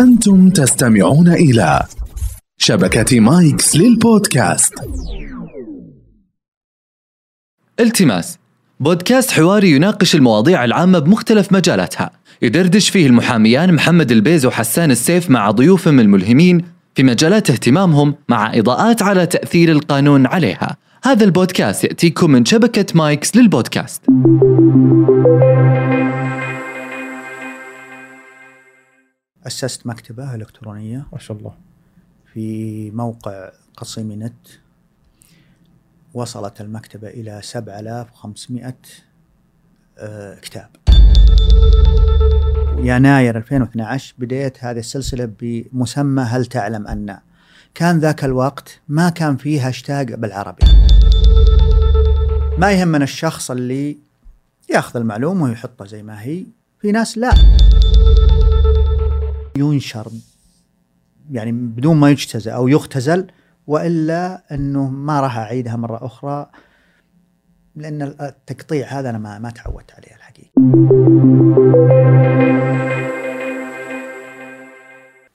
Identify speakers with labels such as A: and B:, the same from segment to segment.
A: أنتم تستمعون إلى شبكة مايكس للبودكاست
B: التماس بودكاست حواري يناقش المواضيع العامة بمختلف مجالاتها يدردش فيه المحاميان محمد البيز وحسان السيف مع ضيوفهم الملهمين في مجالات اهتمامهم مع إضاءات على تأثير القانون عليها هذا البودكاست يأتيكم من شبكة مايكس للبودكاست
C: أسست مكتبة إلكترونية
D: ما شاء الله
C: في موقع قصيم نت وصلت المكتبة إلى 7500 آه، كتاب يناير 2012 بديت هذه السلسلة بمسمى هل تعلم أن كان ذاك الوقت ما كان فيه هاشتاج بالعربي ما يهمنا الشخص اللي ياخذ المعلومة ويحطها زي ما هي في ناس لا ينشر يعني بدون ما يجتزى او يختزل والا انه ما راح اعيدها مره اخرى لان التقطيع هذا انا ما ما تعودت عليه الحقيقه.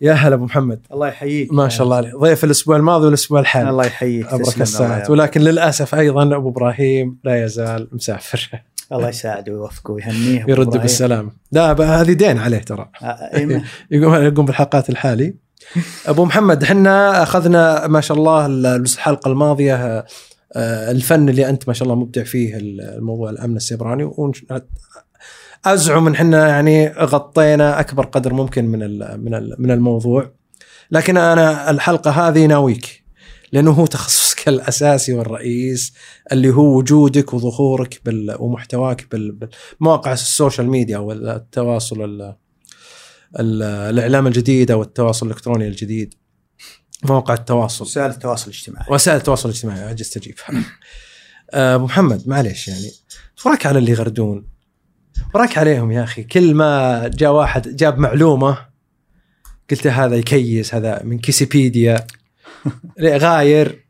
D: يا هلا ابو محمد
C: الله يحييك آه،
D: ما شاء الله عليه ضيف الاسبوع الماضي والاسبوع الحالي
C: الله يحييك
D: ابرك
C: تسلم
D: الساعات
C: الله,
D: ولكن للاسف ايضا ابو ابراهيم لا يزال مسافر
C: الله يساعده ويوفقه ويهنيه
D: يرد
C: والله
D: بالسلام لا بقى هذه دين عليه ترى
C: آه، إيه،
D: يقوم يقوم بالحلقات الحالي ابو محمد احنا اخذنا ما شاء الله الحلقه الماضيه آه، الفن اللي انت ما شاء الله مبدع فيه الموضوع الامن السيبراني ونش- ازعم ان احنا يعني غطينا اكبر قدر ممكن من ال من ال من الموضوع لكن انا الحلقه هذه ناويك لانه هو تخصصك الاساسي والرئيس اللي هو وجودك وظهورك بال ومحتواك بال- بالمواقع السوشيال ميديا والتواصل ال- ال- الاعلام الجديد او التواصل الالكتروني الجديد مواقع التواصل
C: وسائل التواصل الاجتماجي
D: وسائل التواصل الاجتماعي اجي استجيب آه، ابو محمد معليش يعني وراك على اللي يغردون وراك عليهم يا اخي كل ما جاء واحد جاب معلومه قلت هذا يكيس هذا من كيسيبيديا لا، غاير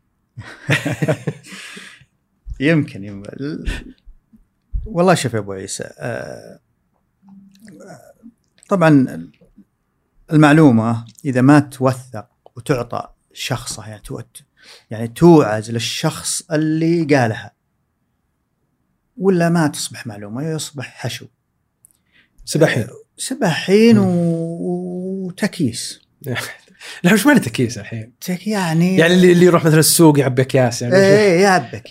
C: يمكن يمكن ال- والله شوف يا ابو عيسى آه، طبعا المعلومه اذا ما توثق وتعطى شخصها يعني توت يعني توعز للشخص اللي قالها ولا ما تصبح معلومه يصبح حشو
D: سباحين
C: سباحين
D: مم.
C: و- وتكيس
D: لا وش معنى تكيس الحين؟
C: تك يعني
D: يعني اللي اللي يروح مثلا السوق يعبي اكياس يعني
C: ايه يا عبك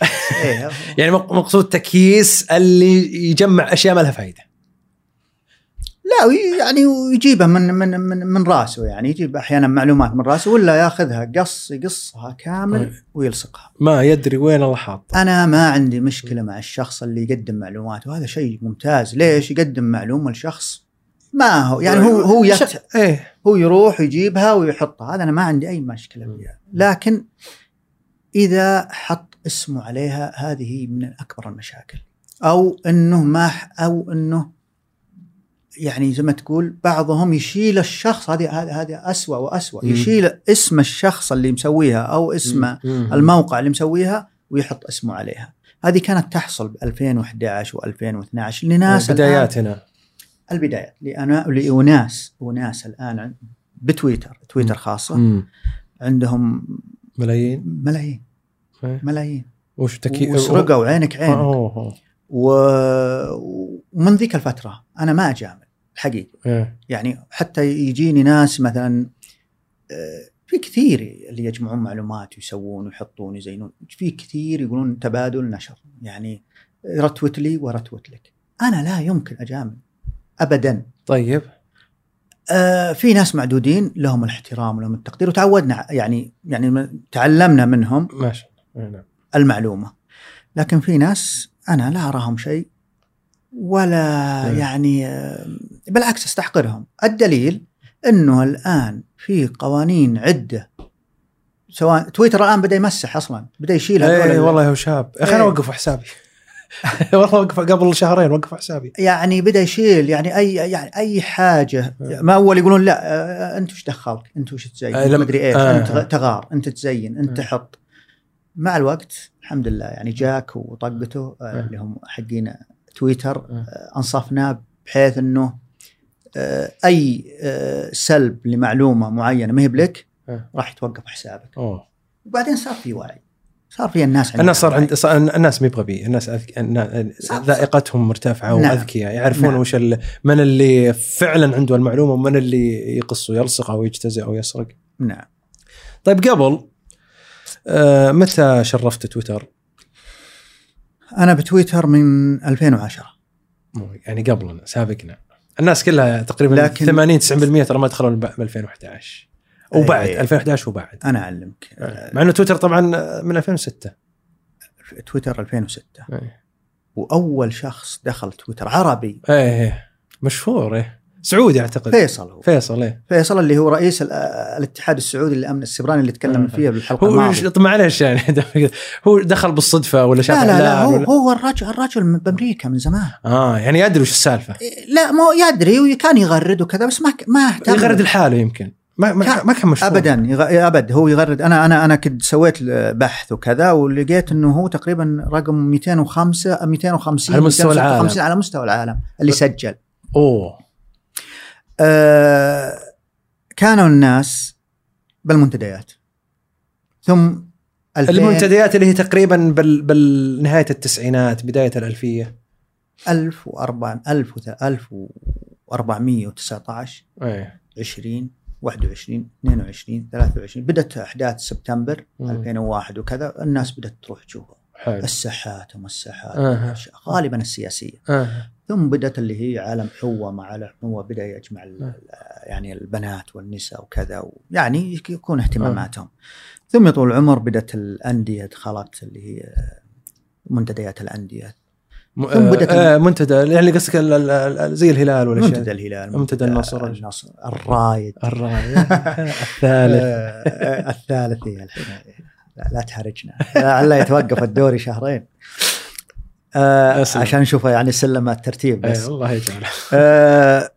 C: إيه.
D: يعني مق- مقصود تكييس اللي يجمع اشياء ما لها فائده
C: لا وي- يعني ويجيبها من من من من راسه يعني يجيب احيانا معلومات من راسه ولا ياخذها قص يقصها كامل ويلصقها.
D: ما يدري وين الله حاطه
C: انا ما عندي مشكله مع الشخص اللي يقدم معلومات وهذا شيء ممتاز، ليش يقدم معلومه لشخص ما هو
D: طيب.
C: يعني هو هو يت...
D: ايه
C: هو يروح يجيبها ويحطها هذا انا ما عندي اي مشكله فيها لكن اذا حط اسمه عليها هذه من اكبر المشاكل او انه ما ح- او انه يعني زي ما تقول بعضهم يشيل الشخص هذه هذه هذه اسوء واسوء
D: مم.
C: يشيل اسم الشخص اللي مسويها او اسم
D: الماء
C: الموقع اللي مسويها ويحط اسمه عليها هذه كانت تحصل ب 2011 و2012
D: آه،
C: لناس الآن-
D: بدايات هنا
C: البدايات لأنا لأناس أناس الآن بتويتر تويتر
D: مم.
C: خاصة عندهم
D: ملايين
C: ملايين
D: إيه.
C: ملايين
D: وش آه، تكييس
C: وسرقوا عينك عينك
D: اوه أوه.
C: و- ومن ذيك الفترة أنا ما أجامل الحقيقة
D: إيه.
C: يعني حتى يجيني ناس مثلا آه، في كثير اللي يجمعون معلومات ويسوون ويحطون ويزينون في كثير يقولون تبادل نشر يعني رتوت لي ورتوت لك أنا لا يمكن أجامل أبداً
D: طيب
C: آه، في ناس معدودين لهم الاحترام ولهم التقدير وتعودنا ع- يعني يعني م- تعلمنا منهم
D: ما شاء الله إيه، نعم.
C: المعلومه لكن في ناس انا لا اراهم شيء ولا
D: نعم.
C: يعني آه، بالعكس استحقرهم الدليل انه الان في قوانين عده سواء تويتر الان بدا يمسح اصلا بدا يشيل هذول
D: ايه
C: ال-
D: والله هو شاب يا اخي انا
C: إيه.
D: اوقف حسابي والله وقف قبل شهرين وقف حسابي
C: يعني بدا يشيل يعني اي يعني اي حاجه
D: آه.
C: ما اول يقولون لا آه، انت وش دخلك؟ انت وش تزين؟
D: آه، لم-
C: ما ادري ايش
D: آه.
C: انت غ- تغار انت تزين انت
D: آه.
C: تحط مع الوقت الحمد لله يعني جاك وطقته آه،
D: آه.
C: اللي هم حقين تويتر
D: آه.
C: آه، انصفنا بحيث انه آه، اي آه، سلب لمعلومه معينه ما هي بلك
D: آه.
C: راح يتوقف حسابك
D: أوه.
C: وبعدين صار في وعي صار في الناس عندها
D: الناس صار
C: وعي.
D: عند صار- الناس مي بغبي الناس أذك... النا-
C: صح.
D: ذائقتهم مرتفعه
C: نعم.
D: واذكياء يعرفون
C: نعم.
D: وش ال... من اللي فعلا عنده المعلومه ومن اللي يقص ويلصق او يجتزئ او يسرق
C: نعم
D: طيب قبل آه متى شرفت تويتر؟
C: انا بتويتر من 2010
D: مو- يعني قبلنا سابقنا الناس كلها تقريبا
C: لكن-
D: لكن 80 90% ترى ما دخلوا ب 2011 وبعد
C: أي- أي.
D: 2011 وبعد
C: انا اعلمك آه،
D: مع انه تويتر طبعا من 2006
C: تويتر 2006
D: ايه
C: واول شخص دخل تويتر عربي
D: ايه مشهور ايه سعودي اعتقد
C: فيصل هو
D: فيصل ايه
C: فيصل اللي هو رئيس ال- آه، الاتحاد السعودي للامن السيبراني اللي تكلمنا
D: آه.
C: فيه بالحلقه
D: هو
C: الماضيه
D: ش- طب معلش يعني هو دخل بالصدفه ولا شاف
C: لا لا لا
D: إعلان
C: هو
D: ولا-
C: هو الرجل الرجل من بامريكا من زمان
D: اه يعني يدري وش السالفه
C: إيه، لا ما هو يدري وكان يغرد وكذا بس ما ك- ما اهتم
D: يغرد لحاله يمكن ما ما,
C: كان-
D: ما كان مشهور
C: ابدا يغ... ابد هو يغرد انا انا انا كنت سويت بحث وكذا ولقيت انه هو تقريبا رقم 205 250
D: على مستوى العالم.
C: 256 على مستوى العالم اللي سجل
D: اوه
C: آه كانوا الناس بالمنتديات ثم 2000
D: المنتديات اللي هي تقريبا بال بال نهايه التسعينات بدايه الالفيه
C: 1004 1419
D: ايه
C: 20 21 22 23 بدات احداث سبتمبر
D: مم.
C: 2001 وكذا الناس بدات تروح تشوفها
D: حلو
C: الساحات وما الساحات
D: أها.
C: وما الأشياء، غالبا السياسيه
D: آه.
C: ثم بدات اللي هي عالم حوه مع عالم حوه بدا يجمع ال-
D: آه.
C: يعني البنات والنساء وكذا و- يعني يك- يكون اهتماماتهم
D: نعم.
C: ثم يطول العمر بدات الانديه دخلت اللي هي آه، منتديات الانديه
D: م-
C: ثم بدأت
D: آه آه، منتدى يعني قصدك ال- ال- ال- زي الهلال
C: منتدى آه،
D: والاشياء
C: الهلال
D: منتدى النصر.
C: النصر الرايد
D: الراية الثالث
C: آه، آه، الثالث هي الحين لا, لا تحرجنا لعله يتوقف الدوري شهرين آه
D: أسلم.
C: عشان نشوفه يعني سلم الترتيب
D: إيه،
C: بس
D: الله يجعله
C: آه،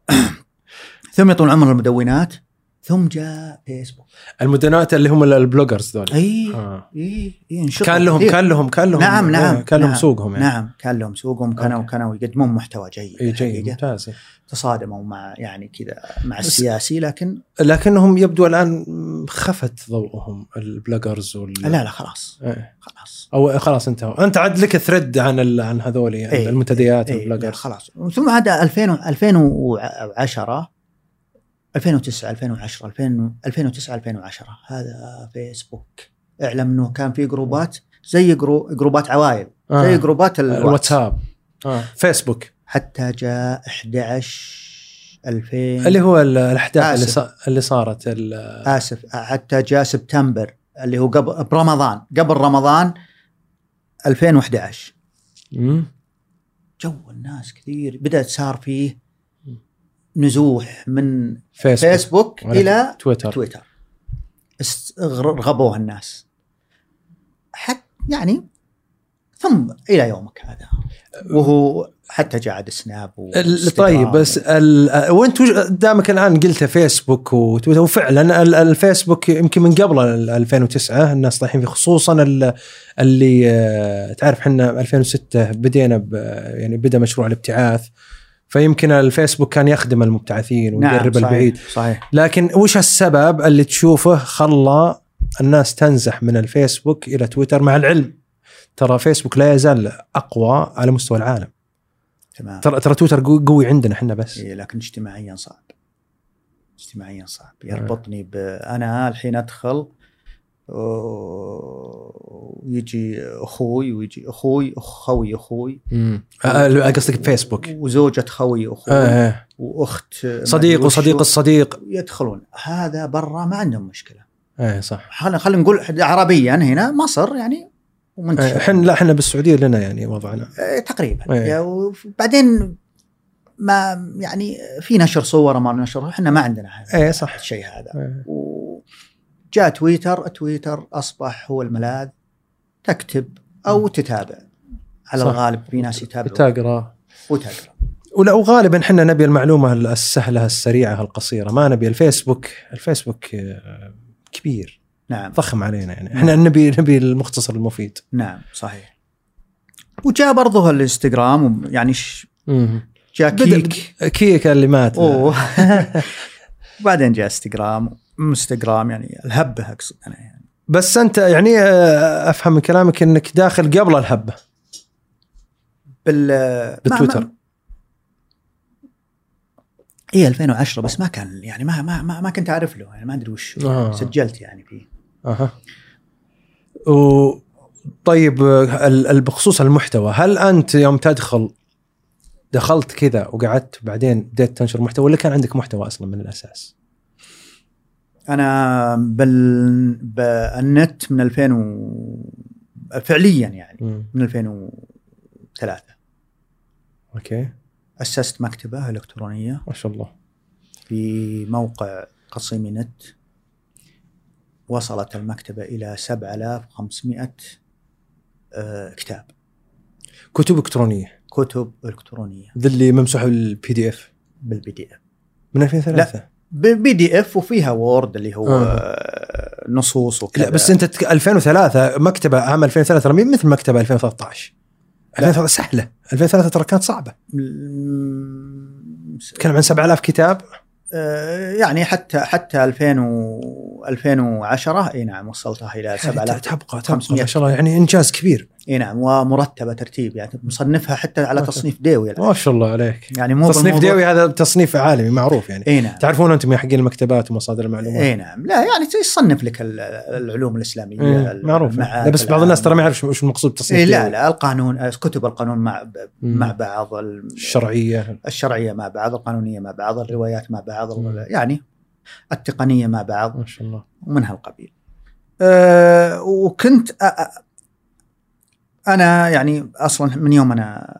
C: ثم يطول عمر المدونات ثم جاء فيسبوك
D: المدنات اللي هم ال- البلوجرز ذول
C: اي
D: آه.
C: اي اي انشطوا
D: كان لهم
C: كثير.
D: كان لهم كان لهم
C: نعم،
D: إيه،
C: نعم،
D: كان لهم
C: نعم،
D: سوقهم يعني
C: نعم كان لهم سوقهم كانوا
D: أوكي.
C: كانوا يقدمون محتوى جيد
D: اي جيد
C: الحقيقة.
D: ممتاز
C: تصادموا مع يعني كذا مع
D: بس-
C: السياسي لكن
D: لكنهم يبدو الان خفت ضوءهم البلوجرز وال
C: لا لا خلاص
D: إيه.
C: خلاص
D: او خلاص انتهوا انت عاد لك ثريد عن ال... عن هذول
C: إيه.
D: يعني المنتديات
C: إيه، لا،
D: والبلوجرز
C: خلاص ثم عاد 2000 و- 2010 2009 2010 2000 2009 2010 هذا فيسبوك اعلم انه كان في جروبات زي جرو جروبات عوائل زي إيه. جروبات الواتساب
D: آه. الواتساب آه. فيسبوك
C: حتى جاء 11 2000
D: اللي هو ال- الاحداث اللي,
C: آسف.
D: صا- اللي صارت ال-
C: اسف حتى جاء سبتمبر اللي هو قبل برمضان قبل رمضان 2011 جو الناس كثير بدات صار فيه نزوح من
D: فيسبوك,
C: فيسبوك
D: ولا
C: الى
D: تويتر, تويتر.
C: تويتر است- غر- رغبوها الناس حتى يعني ثم الى يومك هذا وهو حتى جاء عاد سناب
D: أه. ال-
C: وإنستغرام.
D: طيب بس ال- وانت وش- دامك الان قلت فيسبوك وتويتر وفعلا ال- الفيسبوك يمكن من قبل ال- 2009 الناس طايحين فيه خصوصا ال- اللي آه، تعرف احنا 2006 بدينا ب- يعني بدا مشروع الابتعاث فيمكن الفيسبوك كان يخدم المبتعثين ويقرب
C: نعم، صحيح
D: البعيد
C: صحيح
D: لكن وش السبب اللي تشوفه خلى الناس تنزح من الفيسبوك الى تويتر مع العلم ترى فيسبوك لا يزال اقوى على مستوى العالم
C: تمام
D: ترى ترى تويتر قوي- قوي عندنا احنا بس
C: إيه، لكن اجتماعيا صعب اجتماعيا صعب
D: آه.
C: يربطني ب انا الحين ادخل و- ويجي اخوي ويجي اخوي خوي اخوي
D: آه، آه، قصدك بفيسبوك
C: وزوجة خوي
D: آه،
C: اخوي
D: آه.
C: واخت
D: صديق وصديق
C: الصديق
D: الصديق
C: يدخلون هذا برا ما عندهم مشكله
D: ايه صح
C: خلينا خلينا نقول عربيا هنا مصر يعني
D: آه،
C: ومنتشر
D: احنا لا احنا بالسعوديه لنا يعني وضعنا
C: آه، تقريبا
D: إيه.
C: يا وف- بعدين ما يعني في نشر صور ما نشر احنا ما عندنا هذا
D: ايه صح
C: الشيء هذا
D: إيه.
C: وجاء تويتر تويتر اصبح هو الملاذ تكتب او تتابع على
D: صح.
C: الغالب في ناس يتابعوا
D: تقرا
C: وتقرا
D: ولا وغالبا احنا نبي المعلومه السهله السريعه القصيره ما نبي الفيسبوك الفيسبوك آه، كبير
C: نعم
D: ضخم علينا يعني احنا نبي نبي المختصر المفيد
C: نعم صحيح وجاء برضه الانستغرام يعني ش- جاكيك
D: كيك اللي مات
C: اوه وبعدين جاء انستغرام انستغرام يعني الهبه اقصد انا يعني
D: بس انت يعني آه، افهم من كلامك انك داخل قبل الهبه
C: بال
D: بالتويتر
C: اي 2010 إيه، بس ما كان يعني ما ما ما, ما كنت اعرف له يعني ما ادري وش هو.
D: آه.
C: سجلت يعني فيه
D: اها و طيب آه، ال- ال- بخصوص المحتوى هل انت يوم تدخل دخلت كذا وقعدت بعدين بديت تنشر محتوى ولا كان عندك محتوى اصلا من الاساس؟
C: انا بال بالنت من 2000 و... فعليا يعني من 2003
D: اوكي
C: اسست مكتبه الكترونيه
D: ما شاء الله
C: في موقع قصيمي نت وصلت المكتبة إلى 7500 آه، كتاب
D: كتب الكترونيه
C: كتب إلكترونية
D: ذي اللي ممسوح البي دي اف
C: بالبي دي إف
D: من 2003
C: بالبي دي إف وفيها وورد اللي هو
D: آه.
C: آه. نصوص وكذا
D: لا بس انت تك- 2003 مكتبه عام 2003 ترى مين مثل مكتبه 2013 2003 سهله 2003 ترى كانت صعبه
C: م- س-
D: تتكلم عن 7000 كتاب
C: آه، يعني حتى حتى 2000 و 2010 اي نعم وصلتها الى
D: يعني
C: 7000
D: تبقى تبقى
C: 500.
D: ما شاء الله يعني انجاز كبير
C: اي نعم ومرتبه ترتيب يعني مصنفها حتى على
D: ما شاء-
C: تصنيف ديوي الآن.
D: ما شاء الله عليك
C: يعني مو
D: تصنيف
C: بالموضوع-
D: ديوي هذا تصنيف عالمي معروف يعني
C: اي نعم
D: تعرفون انتم يا حقين المكتبات ومصادر المعلومات
C: اي نعم لا يعني يصنف لك ال- العلوم الاسلاميه
D: إيه،
C: ال-
D: معروف
C: المعارف
D: لا بس بعض
C: العامة.
D: الناس ترى ما يعرف وش المقصود بتصنيف
C: إيه لا
D: ديوي.
C: لا القانون كتب القانون مع
D: مم.
C: مع بعض ال-
D: الشرعيه
C: الشرعيه مع بعض القانونيه مع بعض الروايات مع بعض ال-
D: مم.
C: يعني التقنيه مع بعض
D: ما شاء الله
C: ومن هالقبيل أه وكنت أ- أ- انا يعني اصلا من يوم انا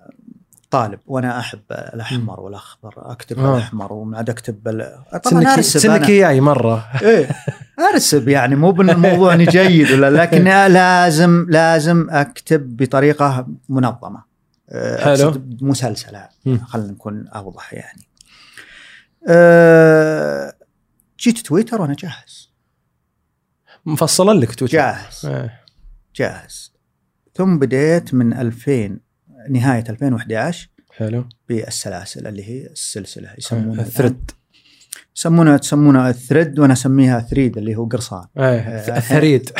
C: طالب وانا احب الاحمر والاخضر اكتب
D: آه.
C: الاحمر ومن عاد اكتب ال- طبعا
D: سنك
C: ارسم
D: سنك
C: أنا.
D: اياي مره
C: ايه ارسم يعني مو بالموضوع اني جيد ولا لكن
D: إيه.
C: لازم لازم اكتب بطريقه منظمه أه،
D: حلو.
C: أقصد مسلسله
D: مم.
C: خلينا نكون اوضح يعني أه، جيت تويتر وانا جاهز
D: مفصلا لك تويتر
C: جاهز
D: إيه.
C: جاهز ثم بديت من 2000 نهايه 2011
D: حلو
C: بالسلاسل اللي هي السلسله يسمونها الآن-
D: الثريد
C: يسمونها تسمونها الثريد وانا اسميها ثريد اللي هو قرصان
D: إيه، الثريد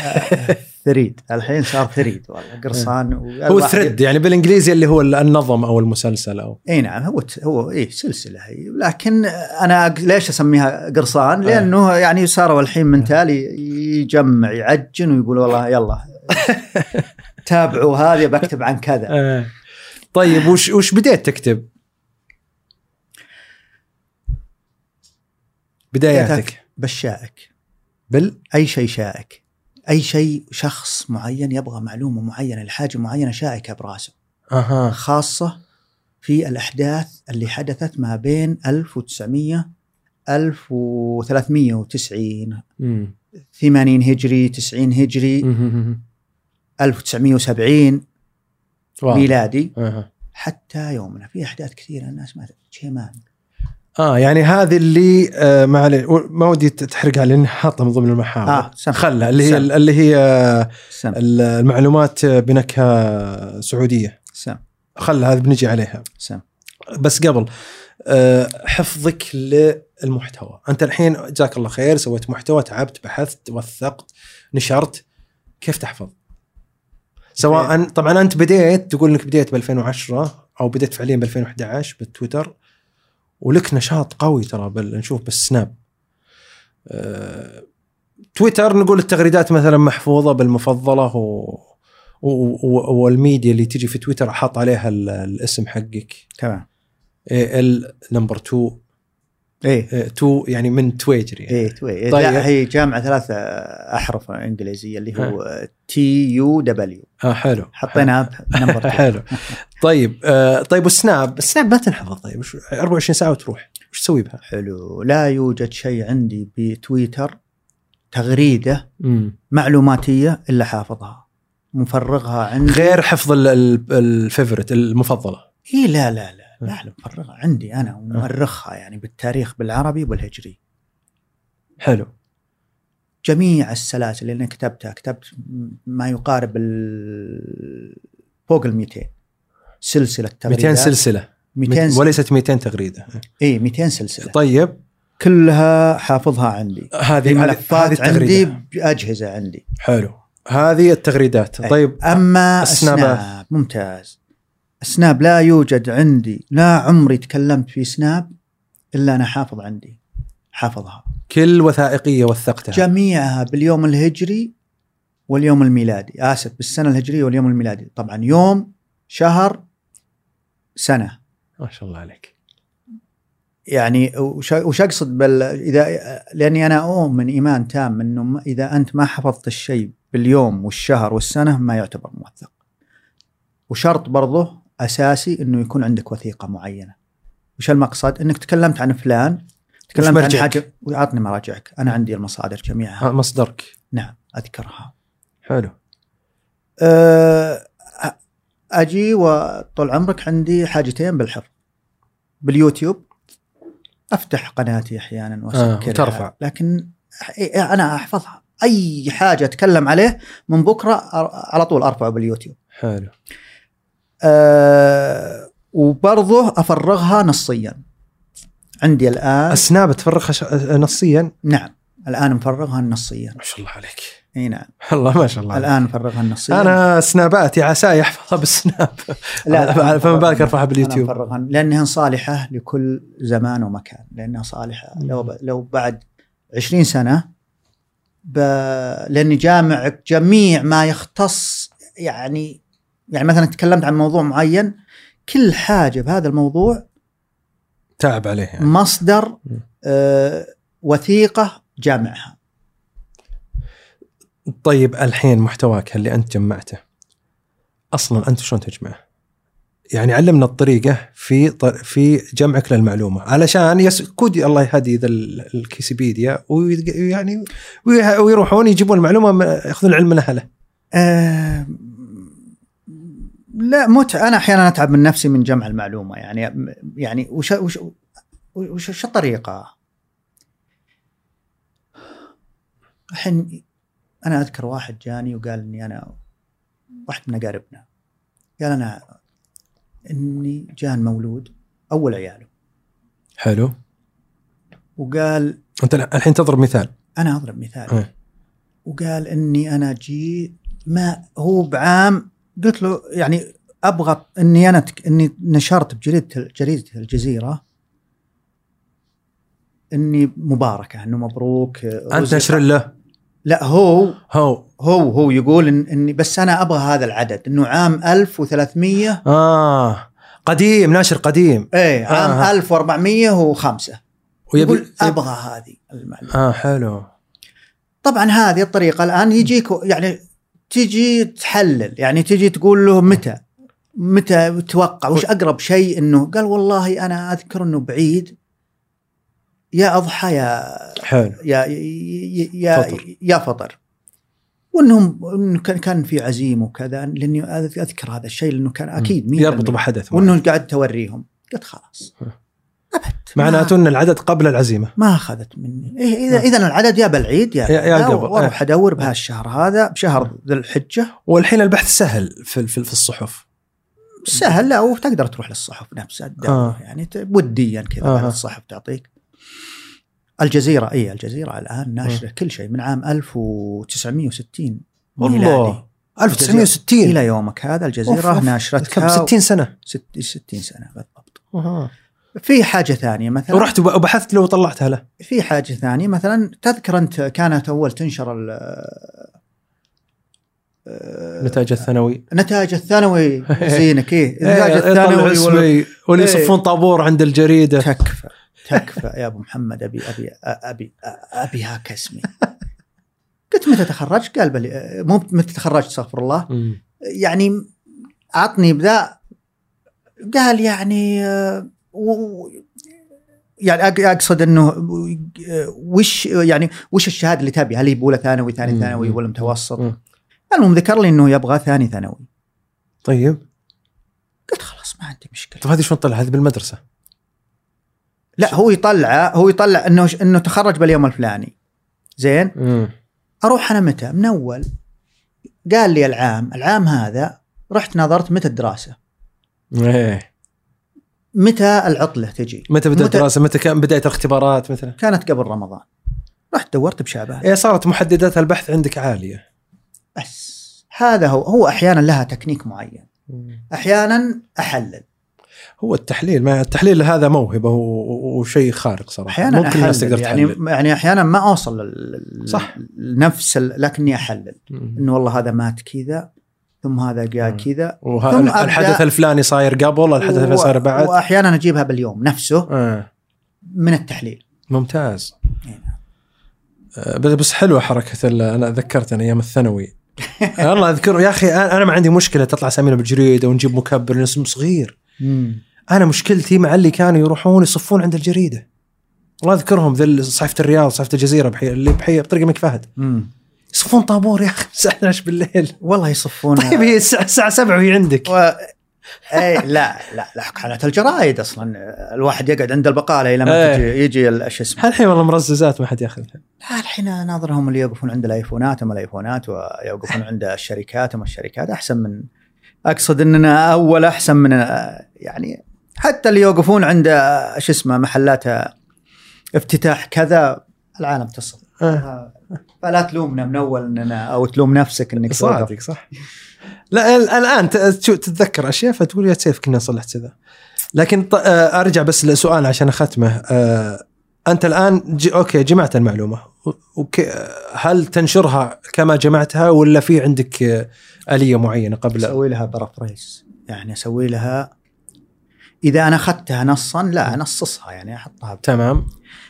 C: ثريد الحين صار ثريد والله قرصان
D: إيه. هو ثريد يعني بالانجليزي اللي هو النظم او المسلسل او
C: اي نعم هو هو اي سلسله هي لكن انا أق- ليش اسميها قرصان؟
D: إيه.
C: لانه يعني صاروا الحين من تالي يجمع يعجن ويقول والله يلا تابعوا هذه بكتب عن كذا
D: آه. طيب وش وش بديت تكتب؟ بداياتك
C: بالشائك
D: بال
C: اي شيء شائك اي شيء شخص معين يبغى معلومه معينه لحاجه معينه شائكه براسه
D: اها
C: خاصة في الأحداث اللي حدثت ما بين 1900 1390
D: مم.
C: 80 هجري 90 هجري
D: مم.
C: 1970
D: واو.
C: ميلادي
D: اها
C: حتى يومنا في أحداث كثيرة الناس ما تدري شيمان
D: اه يعني هذه اللي آه معلي ما ودي تحرقها لان حاطها من ضمن المحاور
C: آه،
D: آه
C: سم.
D: خلها اللي هي
C: سم.
D: اللي هي آه،
C: سم
D: ال- المعلومات بنكهه سعوديه
C: سم
D: خلها هذه بنجي عليها
C: سم
D: بس قبل آه، حفظك للمحتوى انت الحين جزاك الله خير سويت محتوى تعبت بحثت وثقت نشرت كيف تحفظ سواء طبعا انت بديت تقول انك بديت ب 2010 او بديت فعليا ب 2011 بالتويتر ولك نشاط قوي ترى بال... نشوف بالسناب آه، تويتر نقول التغريدات مثلا محفوظه بالمفضله و... و... و... والميديا اللي تجي في تويتر حاط عليها ال... الاسم حقك
C: تمام
D: اي ال نمبر 2
C: ايه
D: 2 يعني من تويجر يعني
C: ايه توي إيه.
D: طيب.
C: لا هي جامعة ثلاثة أحرف إنجليزية اللي هو تي يو دبليو
D: اه حلو
C: حطيناها
D: حلو.
C: نمبر
D: حلو طيب آه طيب والسناب السناب ما تنحفظ طيب وش- 24 ساعه وتروح وش تسوي بها؟
C: حلو لا يوجد شيء عندي بتويتر تغريده
D: مم.
C: معلوماتيه الا حافظها مفرغها عندي
D: غير حفظ ال- ال- الفيفورت المفضله
C: اي لا لا لا لا لا مفرغها عندي انا ومؤرخها يعني بالتاريخ بالعربي والهجري
D: حلو
C: جميع السلاسل اللي انا كتبتها كتبت ما يقارب ال- فوق ال 200 سلسله
D: 200
C: تغريدات
D: سلسله ميت-
C: 200
D: وليست 200 تغريده
C: اي 200 سلسله
D: طيب
C: كلها حافظها عندي في
D: هذه هذه
C: ملفات عندي
D: التغريده
C: باجهزه عندي
D: حلو هذه التغريدات
C: أي.
D: طيب
C: اما
D: السناب.
C: السناب ممتاز السناب لا يوجد عندي لا عمري تكلمت في سناب الا انا حافظ عندي حافظها
D: كل وثائقيه وثقتها
C: جميعها باليوم الهجري واليوم الميلادي اسف بالسنه الهجريه واليوم الميلادي طبعا يوم شهر سنه
D: ما شاء الله عليك
C: يعني وش وش اقصد بال اذا لاني انا اؤمن ايمان تام انه ما- اذا انت ما حفظت الشيء باليوم والشهر والسنه ما يعتبر موثق. وشرط برضه اساسي انه يكون عندك وثيقه معينه. وش المقصد؟ انك تكلمت عن فلان تكلمت عن
D: مرجعك؟
C: حاجه وعطني مراجعك، انا عندي المصادر جميعها
D: ها، مصدرك
C: نعم اذكرها.
D: حلو
C: أه، اجي وطول عمرك عندي حاجتين بالحفظ باليوتيوب افتح قناتي احيانا واسكرها
D: آه، وترفع.
C: لكن أح- إيه، انا احفظها اي حاجه اتكلم عليه من بكره أر- على طول ارفعه باليوتيوب
D: حلو
C: أه وبرضه افرغها نصيا عندي الان أس...
D: السناب تفرغها ش- نصيا
C: نعم الان مفرغها نصيا
D: ما شاء الله عليك
C: اي نعم
D: والله ما شاء الله عليك.
C: الان مفرغها نصيا
D: انا سناباتي عساي احفظها بالسناب
C: أنا
D: فما بالك
C: أفرغها-
D: ارفعها باليوتيوب
C: أنا أفرغها لانها صالحه لكل زمان ومكان لانها صالحه لو ب... لو بعد 20 سنه ب... لاني جامع جميع ما يختص يعني يعني مثلا تكلمت عن موضوع معين كل حاجه بهذا الموضوع
D: تعب عليه يعني
C: مصدر
D: مم.
C: آه وثيقه جامعها
D: طيب الحين محتواك اللي انت جمعته اصلا انت شلون تجمعه؟ يعني علمنا الطريقه في طر- في جمعك للمعلومه علشان يس كودي الله يهدي ذا ال- الكيسيبيديا ويدق- ويعني ويه- ويروحون يجيبون المعلومه م- ياخذون العلم من اهله
C: آه، لا متعة انا احيانا اتعب من نفسي من جمع المعلومه يعني يعني وش وش وش, وش الطريقه؟ الحين انا اذكر واحد جاني وقال اني انا واحد من اقاربنا قال انا اني جان مولود اول عياله
D: حلو
C: وقال
D: انت الح- الحين تضرب مثال
C: انا اضرب مثال
D: إيه.
C: وقال اني انا جي ما هو بعام قلت له يعني ابغى اني انا تك اني نشرت بجريده جريده الجزيره اني مباركه انه مبروك
D: انت
C: رزق.
D: نشر له
C: لا هو
D: هو
C: هو هو يقول إن اني بس انا ابغى هذا العدد انه عام 1300
D: اه قديم ناشر قديم
C: ايه عام
D: آه.
C: 1405 يقول
D: ويبي
C: ابغى هذه المعلومه
D: اه حلو
C: طبعا هذه الطريقه الان يجيك يعني تجي تحلل يعني تجي تقول له متى متى توقع وش اقرب شيء انه قال والله انا اذكر انه بعيد يا اضحى يا
D: حلو
C: يا يا يا
D: فطر.
C: فطر, يا فطر. وانهم إن كان كان في عزيم وكذا لاني أذ- اذكر هذا الشيء لانه كان اكيد مية
D: يربط
C: بالمية.
D: بحدث
C: وانه قاعد توريهم قلت خلاص
D: ها.
C: ابد
D: معناته ان العدد قبل العزيمه
C: ما اخذت مني إيه اذا اذا العدد يا بالعيد يا
D: نعم. يا- يا
C: لا،
D: قبل. إيه. نعم.
C: واروح ادور بهالشهر هذا بشهر ذي الحجه
D: والحين البحث سهل في في, في الصحف
C: سهل لا وتقدر تروح للصحف نفسها تدور
D: آه.
C: يعني ت- وديا كذا
D: آه.
C: آه. الصحف تعطيك إيه، الجزيره اي الجزيره الان
D: آه.
C: ناشره كل شيء من عام 1960 ميلادي.
D: والله 1960
C: الى يومك هذا الجزيره
D: إيه. أوف، أوف. كم
C: ناشرتها
D: 60 سنه
C: ست- 60 سنه بالضبط في حاجه ثانيه مثلا
D: ورحت وب- وبحثت له وطلعتها له
C: في حاجه ثانيه مثلا تذكر انت كانت اول تنشر ال
D: نتاج الثانوي
C: نتائج الثانوي زينك ايه إيه، نتائج
D: إيه، يطلع
C: الثانوي وال-
D: اسمي ولا
C: إيه.
D: يصفون طابور عند الجريده
C: تكفى تكفى يا ابو محمد ابي ابي ابي ابي هاك اسمي قلت متى تخرجت؟ قال بلي مو متى تخرجت استغفر الله
D: مم.
C: يعني عطني بذا قال يعني آه، و- و- يعني أق- اقصد انه و- آه، وش يعني وش الشهاده اللي تبي؟ هل يبغى ثانوي ثاني
D: مم.
C: ثانوي
D: مم.
C: ولا متوسط؟
D: مم.
C: المهم ذكر لي انه يبغى ثاني ثانوي
D: طيب
C: قلت خلاص ما عندي مشكله
D: طب هذه شلون طلع هذه بالمدرسه
C: لا هو يطلع هو يطلع انه انه تخرج باليوم الفلاني زين اروح انا متى من اول قال لي العام العام هذا رحت نظرت متى الدراسه
D: ايه
C: متى العطله تجي؟
D: متى بدات
C: متى-
D: الدراسه؟ متى كان بدايه الاختبارات مثلا؟
C: كانت قبل رمضان رحت دورت بشعبان
D: إيه صارت محددات البحث عندك عاليه
C: بس هذا هو هو احيانا لها تكنيك معين احيانا احلل
D: هو التحليل ما التحليل هذا موهبه و- و- وشيء خارق صراحه
C: احيانا
D: ممكن الناس
C: احلل
D: تقدر
C: يعني
D: تحلل
C: يعني احيانا ما اوصل لل-
D: صح.
C: لنفس ال- لكني احلل
D: مم.
C: انه والله هذا مات كذا ثم هذا جاء
D: مم.
C: كذا ثم
D: وهذا
C: أبدأ-
D: الحدث الفلاني صاير قبل الحدث الفلاني صاير بعد
C: واحيانا اجيبها باليوم نفسه
D: آه.
C: من التحليل
D: ممتاز
C: إيه.
D: آه، بس بس حلوه حركه ال- انا ذكرت انا ايام الثانوي والله اذكر يا اخي انا أنا ما عندي مشكله تطلع اسامينا بالجريده ونجيب مكبر لأن اسم صغير انا مشكلتي مع اللي كانوا يروحون يصفون عند الجريده الله يذكرهم ذل صحيفه الرياض صحيفه الجزيره بحي... اللي بحي... بطريق الملك فهد
C: مم.
D: يصفون طابور يا اخي الساعه 11 بالليل
C: والله يصفون
D: طيب هي الساعه الساعه 7 وهي عندك
C: و... اي إيه، لا لا لا حالات الجرايد اصلا الواحد يقعد عند البقاله الى ما
D: إيه.
C: تجي يجي ال- شو اسمه
D: الحين والله مرززات ما حد ياخذها
C: لا الحين ناظرهم اللي يوقفون عند الايفونات وما الايفونات ويوقفون عند الشركات وما الشركات احسن من اقصد اننا اول احسن من يعني حتى اللي يوقفون عند شو اسمه محلات افتتاح كذا العالم تصل
D: آه.
C: فلا تلومنا من اول اننا او تلوم نفسك انك توقف
D: صادق صح لا ال- الان ت- تشو- تتذكر اشياء فتقول يا سيف كنا صلحت كذا لكن ط- آه، ارجع بس لسؤال عشان اختمه آه، انت الان ج... اوكي جمعت المعلومه و- وك... آه، هل تنشرها كما جمعتها ولا في عندك آه، اليه معينه قبل
C: اسوي لها برافريز يعني اسوي لها اذا انا اخذتها نصا لا انصصها يعني احطها
D: تمام